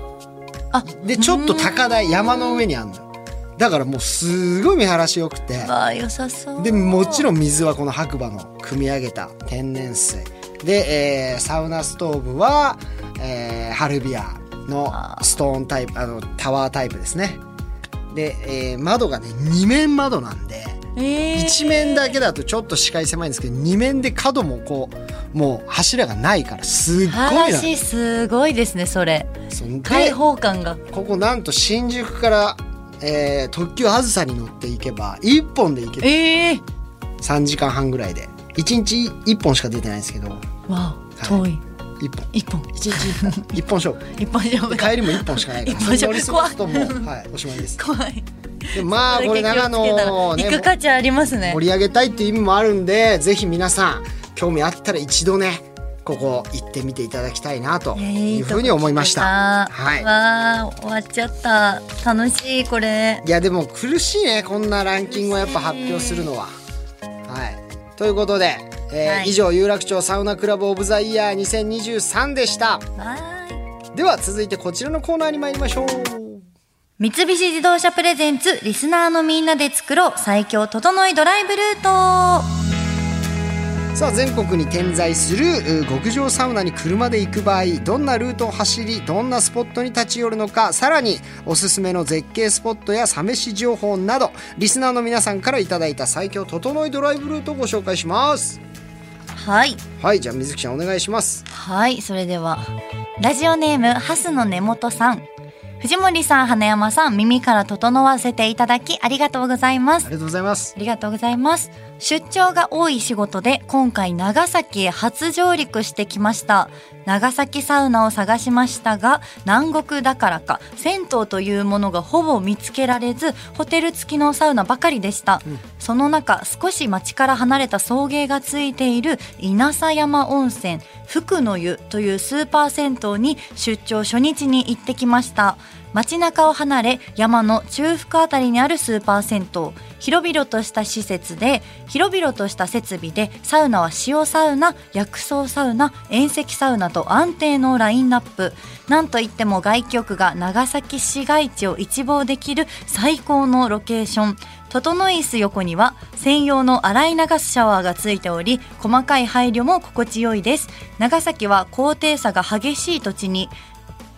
Speaker 4: あ
Speaker 3: でちょっと高台山の上にあるのよだからもうすごい見晴らしよくて
Speaker 4: わあ良さそう
Speaker 3: でもちろ
Speaker 4: ん
Speaker 3: ん水はこの白馬の汲み上げた天然水で、えーサウナストーブは、えーハルビアのストーンタイプあのタワータイプですねで、えー窓がね2面窓なんで1面だけだとちょっと視界狭いんですけど2面で角もこうもう柱がないからすっごいな
Speaker 4: 話すごいですねそれ
Speaker 3: そんで
Speaker 4: 開放感が
Speaker 3: ここなんと新宿から、えー特急あずさに乗っていけば1本で行けて
Speaker 4: えー、
Speaker 3: 3時間半ぐらいで1日1本しか出てないんですけど1
Speaker 4: わあ遠い
Speaker 3: 本
Speaker 4: 一本
Speaker 3: 1日1本一本勝 負
Speaker 4: 一本勝負
Speaker 3: で
Speaker 4: だ
Speaker 3: 帰りも1本しかないから
Speaker 4: 一本勝負
Speaker 3: 乗り過ごすともう、はい、おしまいです
Speaker 4: 怖い
Speaker 3: でまあこれ長野をね
Speaker 4: 行く価値ありますね
Speaker 3: 盛り上げたいっていう意味もあるんでぜひ皆さん興味あったら一度ねここ行ってみていただきたいなと
Speaker 4: いや
Speaker 3: い
Speaker 4: い
Speaker 3: う
Speaker 4: いと
Speaker 3: ふ
Speaker 4: こ
Speaker 3: うに思いました
Speaker 4: 聞けた
Speaker 3: はい
Speaker 4: わあ終わっちゃった楽しいこれ
Speaker 3: いやでも苦しいねこんなランキングをやっぱ発表するのは。はい、ということで、えー
Speaker 4: はい
Speaker 3: 以上有楽町サウナクラブオブザイヤー2023でした
Speaker 4: わーい
Speaker 3: では続いてこちらのコーナーに参りましょう
Speaker 4: 三菱自動車プレゼンツリスナーのみんなで作ろう最強整いドライブルート
Speaker 3: さあ全国に点在するうー極上サウナに車で行く場合どんなルートを走りどんなスポットに立ち寄るのかさらにおすすめの絶景スポットやサ飯情報などリスナーの皆さんからいただいた最強整いドライブルートをご紹介します
Speaker 4: はい
Speaker 3: はいじゃあ水木ちゃんお願いします
Speaker 4: はいそれではラジオネームハスの根本さん藤森さん花山さん耳から整わせていただきありがとうございます
Speaker 3: ありがとうございます
Speaker 4: ありがとうございます。出張が多い仕事で今回長崎へ初上陸してきました。長崎サウナを探しましたが南国だからか銭湯というものがほぼ見つけられずホテル付きのサウナばかりでした、その中少し町から離れた送迎がついている稲佐山温泉福の湯というスーパー銭湯に出張初日に行ってきました街中を離れ山の中腹あたりにあるスーパー銭湯広々とした施設で広々とした設備でサウナは塩サウナ薬草サウナ遠赤サウナと安定のラインナップなんといっても外局が長崎市街地を一望できる最高のロケーション整い椅子横には専用の洗い流すシャワーがついており細かい配慮も心地よいです長崎は高低差が激しい土地に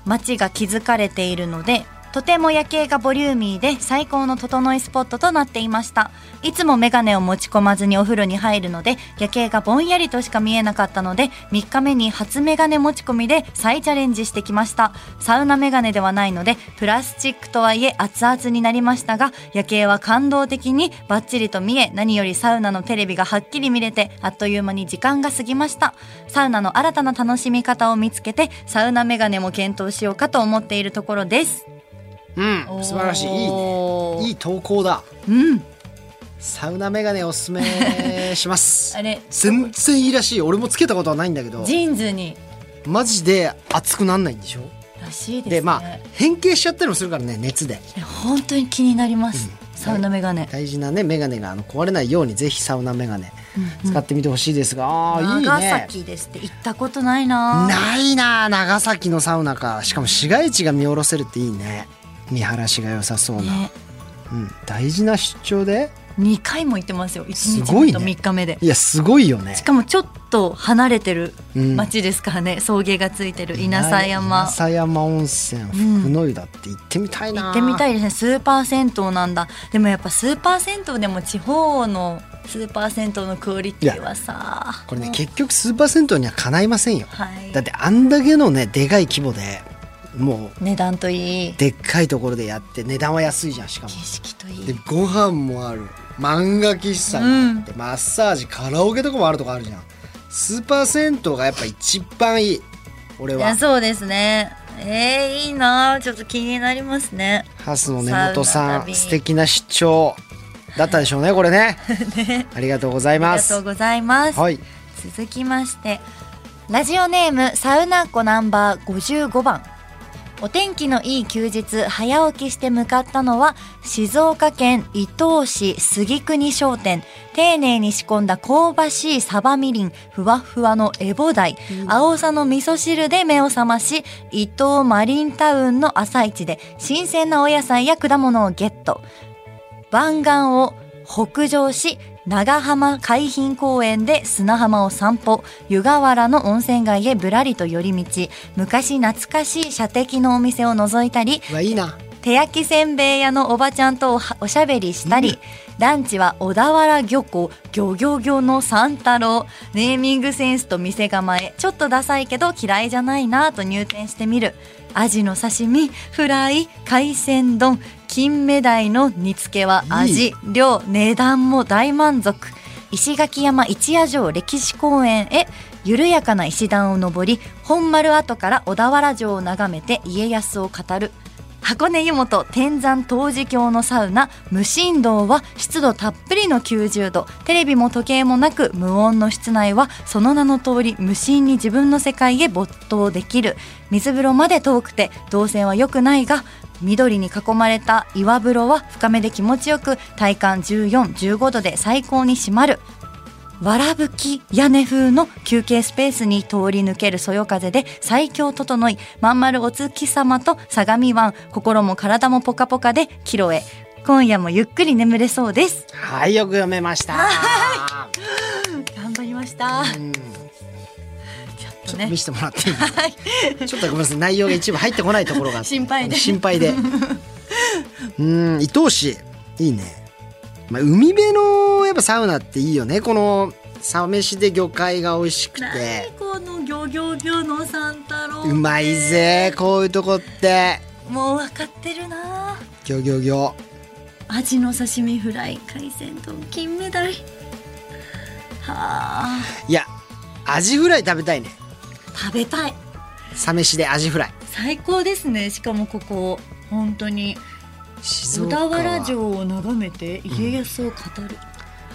Speaker 4: 街が築かれているのでとても夜景がボリューミーで最高の整いスポットとなっていましたいつもメガネを持ち込まずにお風呂に入るので夜景がぼんやりとしか見えなかったので3日目に初メガネ持ち込みで再チャレンジしてきましたサウナメガネではないのでプラスチックとはいえ熱々になりましたが夜景は感動的にバッチリと見え何よりサウナのテレビがはっきり見れてあっという間に時間が過ぎましたサウナの新たな楽しみ方を見つけてサウナメガネも検討しようかと思っているところです
Speaker 3: うん素晴らしいいいね
Speaker 4: おー
Speaker 3: いい投稿だ
Speaker 4: うん
Speaker 3: サウナメガネおすすめします
Speaker 4: あれ
Speaker 3: 全然いいらしい俺もつけたことはないんだけど
Speaker 4: ジーンズに
Speaker 3: マジで熱くなんないんでしょ
Speaker 4: らしいです
Speaker 3: で
Speaker 4: ね
Speaker 3: まあ変形しちゃったりもするからね熱で
Speaker 4: え本当に気になります、サウナメガネ
Speaker 3: 大事なねメガネがあの壊れないようにぜひサウナメガネ使ってみてほしいですが、あーいいね
Speaker 4: 長崎ですって行ったことないな
Speaker 3: ないなあ長崎のサウナかしかも市街地が見下ろせるっていいね見晴らしが良さそうな、
Speaker 4: ね
Speaker 3: うん、大事な出張で
Speaker 4: 2回も行ってますよ
Speaker 3: す
Speaker 4: 1
Speaker 3: ごい
Speaker 4: 日
Speaker 3: ね
Speaker 4: 目と3日目で、
Speaker 3: いやすごいよね
Speaker 4: しかもちょっと離れてる
Speaker 3: うん
Speaker 4: 町ですからね、送迎がついてる稲佐山
Speaker 3: 稲佐山温泉福の湯だって行ってみたいな、
Speaker 4: 行ってみたいですねスーパー銭湯なんだでもやっぱスーパー銭湯でも地方のスーパー銭湯のクオリティはさ
Speaker 3: これね結局スーパー銭湯にはかないませんよ、
Speaker 4: はい
Speaker 3: だってあんだけのねでかい規模でもう
Speaker 4: 値段といい
Speaker 3: でっかいところでやって値段は安いじゃんしかも
Speaker 4: 景色とい
Speaker 3: で
Speaker 4: い
Speaker 3: ご飯もある漫画喫茶もあって、マッサージカラオケとかもあるとかあるじゃんスーパー銭湯がやっぱ一番いい俺
Speaker 4: い
Speaker 3: は
Speaker 4: やそうですねえー、いいなちょっと気になりますね
Speaker 3: ハスの根本
Speaker 4: サウナ
Speaker 3: さん
Speaker 4: 旅
Speaker 3: 素敵な出張だったでしょうねこれ ねありがとうござい
Speaker 4: あ
Speaker 3: ま
Speaker 4: りがとう
Speaker 3: す
Speaker 4: ございます、
Speaker 3: はい
Speaker 4: 続きましてラジオネームサウナっ子ナンバー55番お天気のいい休日早起きして向かったのは静岡県伊東市杉国商店丁寧に仕込んだ香ばしいサバみりんふわふわのエボダイ青さの味噌汁で目を覚まし伊東マリンタウンの朝市で新鮮なお野菜や果物をゲット湾岸を北上し長浜海浜公園で砂浜を散歩湯河原の温泉街へぶらりと寄り道昔懐かしい射的のお店を覗いたり
Speaker 3: うわいいな
Speaker 4: 手焼きせんべい屋のおばちゃんとおはおしゃべりしたり、ランチは小田原漁港漁業業の三太郎ネーミングセンスと店構えちょっとダサいけど嫌いじゃないなぁと入店してみるアジの刺身フライ海鮮丼金目鯛の煮付けはい味
Speaker 3: い
Speaker 4: 量値段も大満足石垣山一夜城歴史公園へ緩やかな石段を登り本丸跡から小田原城を眺めて家康を語る箱根湯本天山湯治峡のサウナ無振動は湿度たっぷりの90度テレビも時計もなく無音の室内はその名の通り無心に自分の世界へ没頭できる水風呂まで遠くて動線は良くないが緑に囲まれた岩風呂は深めで気持ちよく体感1415度で最高に締まるわらぶき屋根風の休憩スペースに通り抜けるそよ風で最強ととのいまん丸お月様と相模湾心も体もポカポカでキロへ今夜もゆっくり眠れそうです
Speaker 3: はいよく読めました
Speaker 4: 頑張りましたちょっとね
Speaker 3: 見せてもらっていい、 ちょっとごめんなさい内容が一部入ってこないところがあって
Speaker 4: 心配で
Speaker 3: 心配 でうーん伊東市いいね、まあ、海辺のやっぱサウナっていいよねこのサメシで魚介が美味しくて
Speaker 4: この漁業業の三太郎
Speaker 3: うまいぜこういうとこって
Speaker 4: もう分かってるな
Speaker 3: ギョギョギョ
Speaker 4: アジの刺身フライ海鮮丼金目鯛はあ
Speaker 3: いやアジフライ食べたいね
Speaker 4: 食べたい
Speaker 3: サメシでアジフライ
Speaker 4: 最高ですねしかもここ本当に
Speaker 3: 静
Speaker 4: 小
Speaker 3: 岡
Speaker 4: 田
Speaker 3: は
Speaker 4: 原城を眺めて家康を語る、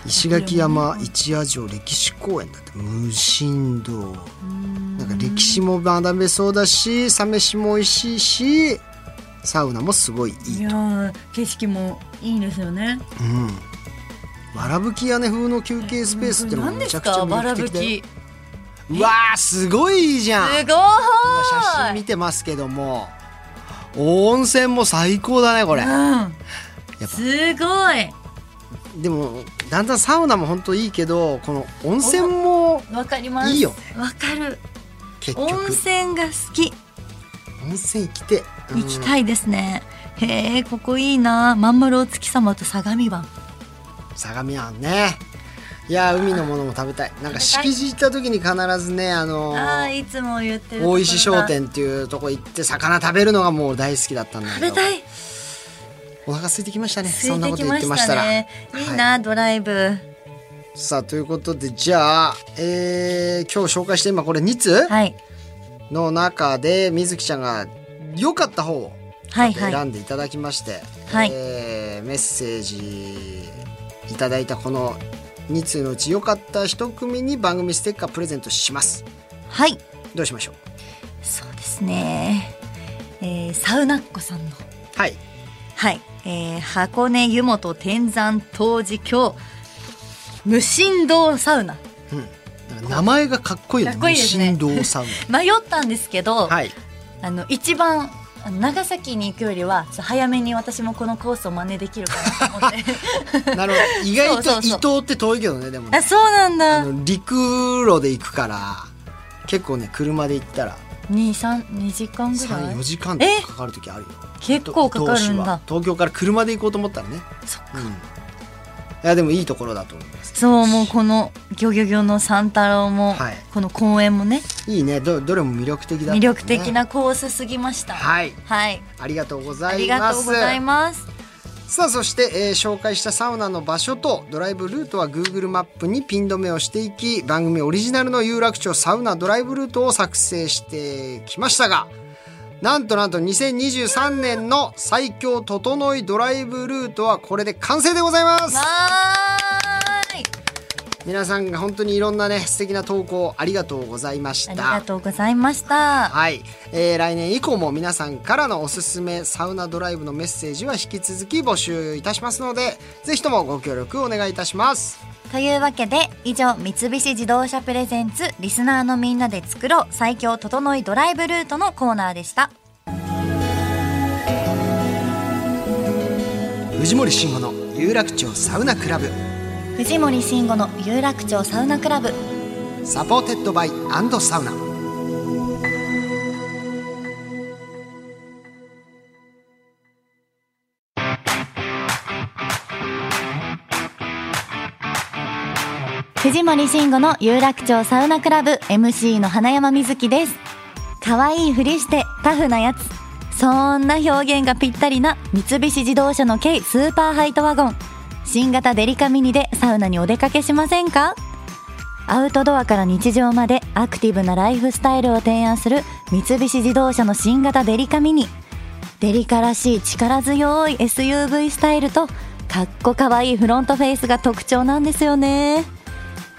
Speaker 3: 石垣山一夜城歴史公園だって無神道なんか歴史も学べそうだしサメシも美味しいしサウナもすごいい
Speaker 4: い
Speaker 3: い
Speaker 4: やー景色もいいですよね
Speaker 3: わらぶき屋根風の休憩スペースってのが
Speaker 4: 何
Speaker 3: め
Speaker 4: で
Speaker 3: ちゃ
Speaker 4: す
Speaker 3: くちゃ
Speaker 4: か
Speaker 3: 魅
Speaker 4: わら
Speaker 3: 力
Speaker 4: ぶ
Speaker 3: 的で
Speaker 4: き
Speaker 3: うわーすごいじゃん
Speaker 4: す
Speaker 3: 今
Speaker 4: ご
Speaker 3: 写真
Speaker 4: い
Speaker 3: 見てますけども温泉も最高だねこれ
Speaker 4: うんすごい
Speaker 3: でもだんだんサウナも本当いいけどこの温泉も
Speaker 4: わかります
Speaker 3: いいよ
Speaker 4: わかる
Speaker 3: 結局
Speaker 4: 温泉が好き
Speaker 3: 温泉行きてえうん
Speaker 4: 行きたいですね、へえここいいなまんまるお月様と相模湾
Speaker 3: 相模湾ねいやー海のものも食べたいなんか
Speaker 4: 食べた
Speaker 3: 敷
Speaker 4: い
Speaker 3: 地行った時に必ずねあの
Speaker 4: あ
Speaker 3: ー
Speaker 4: ーいつも言ってるところだ
Speaker 3: 大石商店っていうとこ行って魚食べるのがもう大好きだったんだ
Speaker 4: 食
Speaker 3: けど
Speaker 4: べたい
Speaker 3: お腹空いてきましたね
Speaker 4: 空
Speaker 3: そん
Speaker 4: い
Speaker 3: な
Speaker 4: て
Speaker 3: こと
Speaker 4: き
Speaker 3: 言っ
Speaker 4: ま
Speaker 3: てま
Speaker 4: し
Speaker 3: した
Speaker 4: た
Speaker 3: ら
Speaker 4: ねいいな、ドライブ
Speaker 3: さあということでじゃあ、えー今日紹介して今これ2通
Speaker 4: はい
Speaker 3: の中で、みずきちゃんが良かった方を
Speaker 4: はいはい
Speaker 3: 選んでいただきまして、
Speaker 4: はい
Speaker 3: えーメッセージいただいたこの2通のうち良かった1組に番組ステッカープレゼントします
Speaker 4: はい
Speaker 3: どうしましょう
Speaker 4: そうですね、えー、サウナっ子さんの
Speaker 3: はい
Speaker 4: はい、えー箱根湯本天山当時京無振動サウナ
Speaker 3: なんか名前がかっこいいよね
Speaker 4: かっこいいですね
Speaker 3: 無振動 サウ
Speaker 4: 迷ったんですけど、
Speaker 3: ナはい
Speaker 4: あの一番あの長崎に行くよりはちょっと早めに私もこのコースを真似できるかなと思って
Speaker 3: なるほど意外
Speaker 4: そう
Speaker 3: と
Speaker 4: そう
Speaker 3: 伊
Speaker 4: そう
Speaker 3: 東って遠いけどねでもね
Speaker 4: あそうなん
Speaker 3: あ
Speaker 4: だ
Speaker 3: の陸路で行くから結構ね車で行ったら
Speaker 4: 二三二時間ぐらい
Speaker 3: 34時間とかかかる時あるよ
Speaker 4: 結構かかるん
Speaker 3: 当初は
Speaker 4: だ
Speaker 3: 東京から車で行こうと思ったらね
Speaker 4: そっか
Speaker 3: うんいやでもいいところだと思います
Speaker 4: そうもうこのギョギョギョの三太郎も、
Speaker 3: はい
Speaker 4: この公園もね
Speaker 3: いいねどどれも魅力的だったね
Speaker 4: 魅力的なコースすぎました
Speaker 3: はい
Speaker 4: はい、
Speaker 3: ありがとうござ
Speaker 4: あり
Speaker 3: い
Speaker 4: が
Speaker 3: ま
Speaker 4: とう
Speaker 3: す
Speaker 4: ございます
Speaker 3: さあそして、えー紹介したサウナの場所とドライブルートは Google マップにピン止めをしていき番組オリジナルの有楽町サウナドライブルートを作成してきましたがなんとなんと2023年の最強整いドライブルートはこれで完成でございます
Speaker 4: わーい
Speaker 3: 皆さんが本当にいろんなね素敵な投稿ありがとうございまし
Speaker 4: あり
Speaker 3: た
Speaker 4: がとうございました。
Speaker 3: はい、えー来年以降も皆さんからのおすすめサウナドライブのメッセージは引き続き募集いたしますのでぜひともご協力お願いいたします
Speaker 4: というわけで、以上、三菱自動車プレゼンツ、リスナーのみんなで作ろう、最強整いドライブルートのコーナーでした。
Speaker 3: 藤森慎吾の有楽町サウナクラブ
Speaker 4: 藤森慎吾の有楽町サウナクラブ。
Speaker 3: サポーテッドバイサウナ
Speaker 4: 藤森慎吾の有楽町サウナクラブ、MC の花山瑞希です。可愛いふりして、タフなやつ。そんな表現がぴったりな三菱自動車の軽スーパーハイトワゴン。新型デリカミニでサウナにお出かけしませんかアウトドアから日常までアクティブなライフスタイルを提案する三菱自動車の新型デリカミニデリカらしい力強い SUV スタイルとかっこかわいいフロントフェイスが特徴なんですよね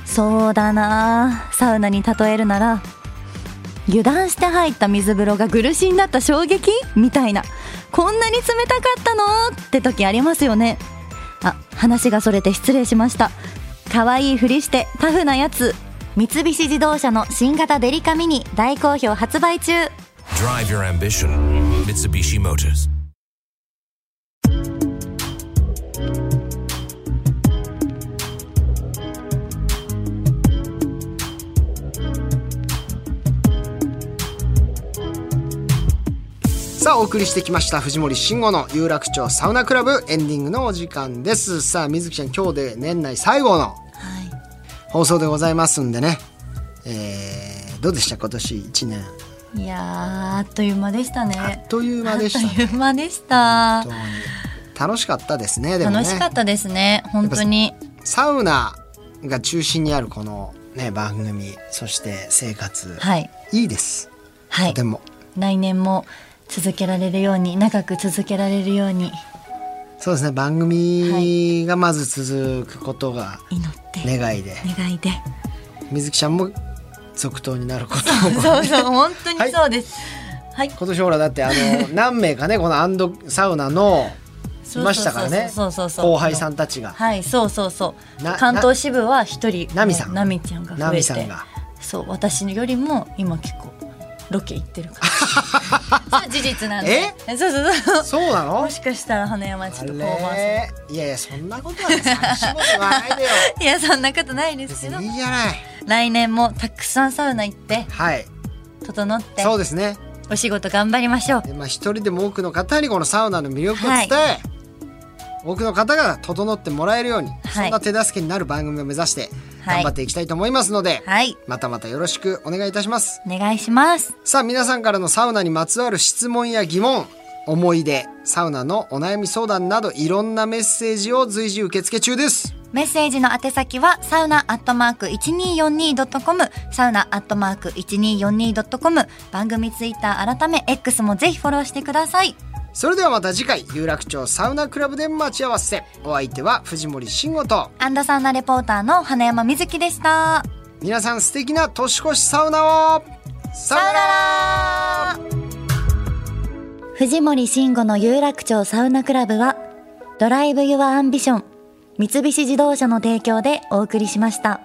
Speaker 4: そうだなあサウナに例えるなら油断して入った水風呂が苦しんだった衝撃みたいなこんなに冷たかったのって時ありますよねあ話がそれて失礼しました可愛いふりしてタフなやつ三菱自動車の新型デリカミニ大好評発売中
Speaker 5: Drive your ambition. Mitsubishi Motors.
Speaker 3: さあお送りしてきました藤森慎吾の有楽町サウナクラブエンディングのお時間ですさあ水木ちゃん今日で年内最後の
Speaker 4: はい
Speaker 3: 放送でございますんでねえーどうでした今年1年
Speaker 4: いやーあっという間でしたね。
Speaker 3: あっという間でしたね
Speaker 4: あっという間でした。
Speaker 3: 本当に楽しかったですねでもね
Speaker 4: 楽しかったですね。本当に。
Speaker 3: サウナが中心にあるこの、ね、番組そして生活、
Speaker 4: はい。
Speaker 3: い、いです、
Speaker 4: はい
Speaker 3: で。も
Speaker 4: 来年も続けられるように、長く続けられるように
Speaker 3: そうですね番組がまず続くことが
Speaker 4: 祈って、
Speaker 3: 願いで、
Speaker 4: 願い で。
Speaker 3: 水木ちゃんも続投になることを
Speaker 4: そうそう、本当にそうです。はい。
Speaker 3: 今年ほらだってあの何名かねこのアンドサウナのい
Speaker 4: そうそうそう
Speaker 3: ましたからね
Speaker 4: そうそうそう
Speaker 3: 後輩さんたちが
Speaker 4: はい、そうそうそう
Speaker 3: な。
Speaker 4: 関東支部は一人、
Speaker 3: ナミさん
Speaker 4: ナミちゃんが増
Speaker 3: ナミ
Speaker 4: え
Speaker 3: さん
Speaker 4: て
Speaker 3: が。
Speaker 4: そう、私よりも今結構ロケ行ってる から。そう事実なんで。そうそうそう。
Speaker 3: そうなの
Speaker 4: もしかしたら花山ち
Speaker 3: あ
Speaker 4: ょっと降板す
Speaker 3: れいやいやそんなことはね寂しいことはないでよ
Speaker 4: るいやそんなことないです
Speaker 3: 別
Speaker 4: けど
Speaker 3: にいいじゃない
Speaker 4: 来年もたくさんサウナ行って
Speaker 3: はい
Speaker 4: 整って
Speaker 3: そうですね
Speaker 4: お仕事頑張りましょう
Speaker 3: でまあ、一人でも多くの方にこのサウナの魅力を伝え、多くの方が整ってもらえるように、
Speaker 4: はい
Speaker 3: そんな手助けになる番組を目指して
Speaker 4: は
Speaker 3: 頑
Speaker 4: い
Speaker 3: 張っていきたいと思いますので、
Speaker 4: はい
Speaker 3: またまたよろしくお願いいたします
Speaker 4: お願いします
Speaker 3: さあ皆さんからのサウナにまつわる質問や疑問思い出サウナのお悩み相談などいろんなメッセージを随時受付中です
Speaker 4: メッセージの宛先はサウナアットマーク 1242.com サウナアットマーク 1242.com 番組ツイッター改め X もぜひフォローしてください
Speaker 3: それではまた次回有楽町サウナクラブで待ち合わせお相手は藤森慎吾と
Speaker 4: アンダサウナレポーターの花山瑞希でした
Speaker 3: 皆さん素敵な年越しサウナをさよなら
Speaker 4: 藤森慎吾の有楽町サウナクラブはドライブ・ユア・アンビション三菱自動車の提供でお送りしました。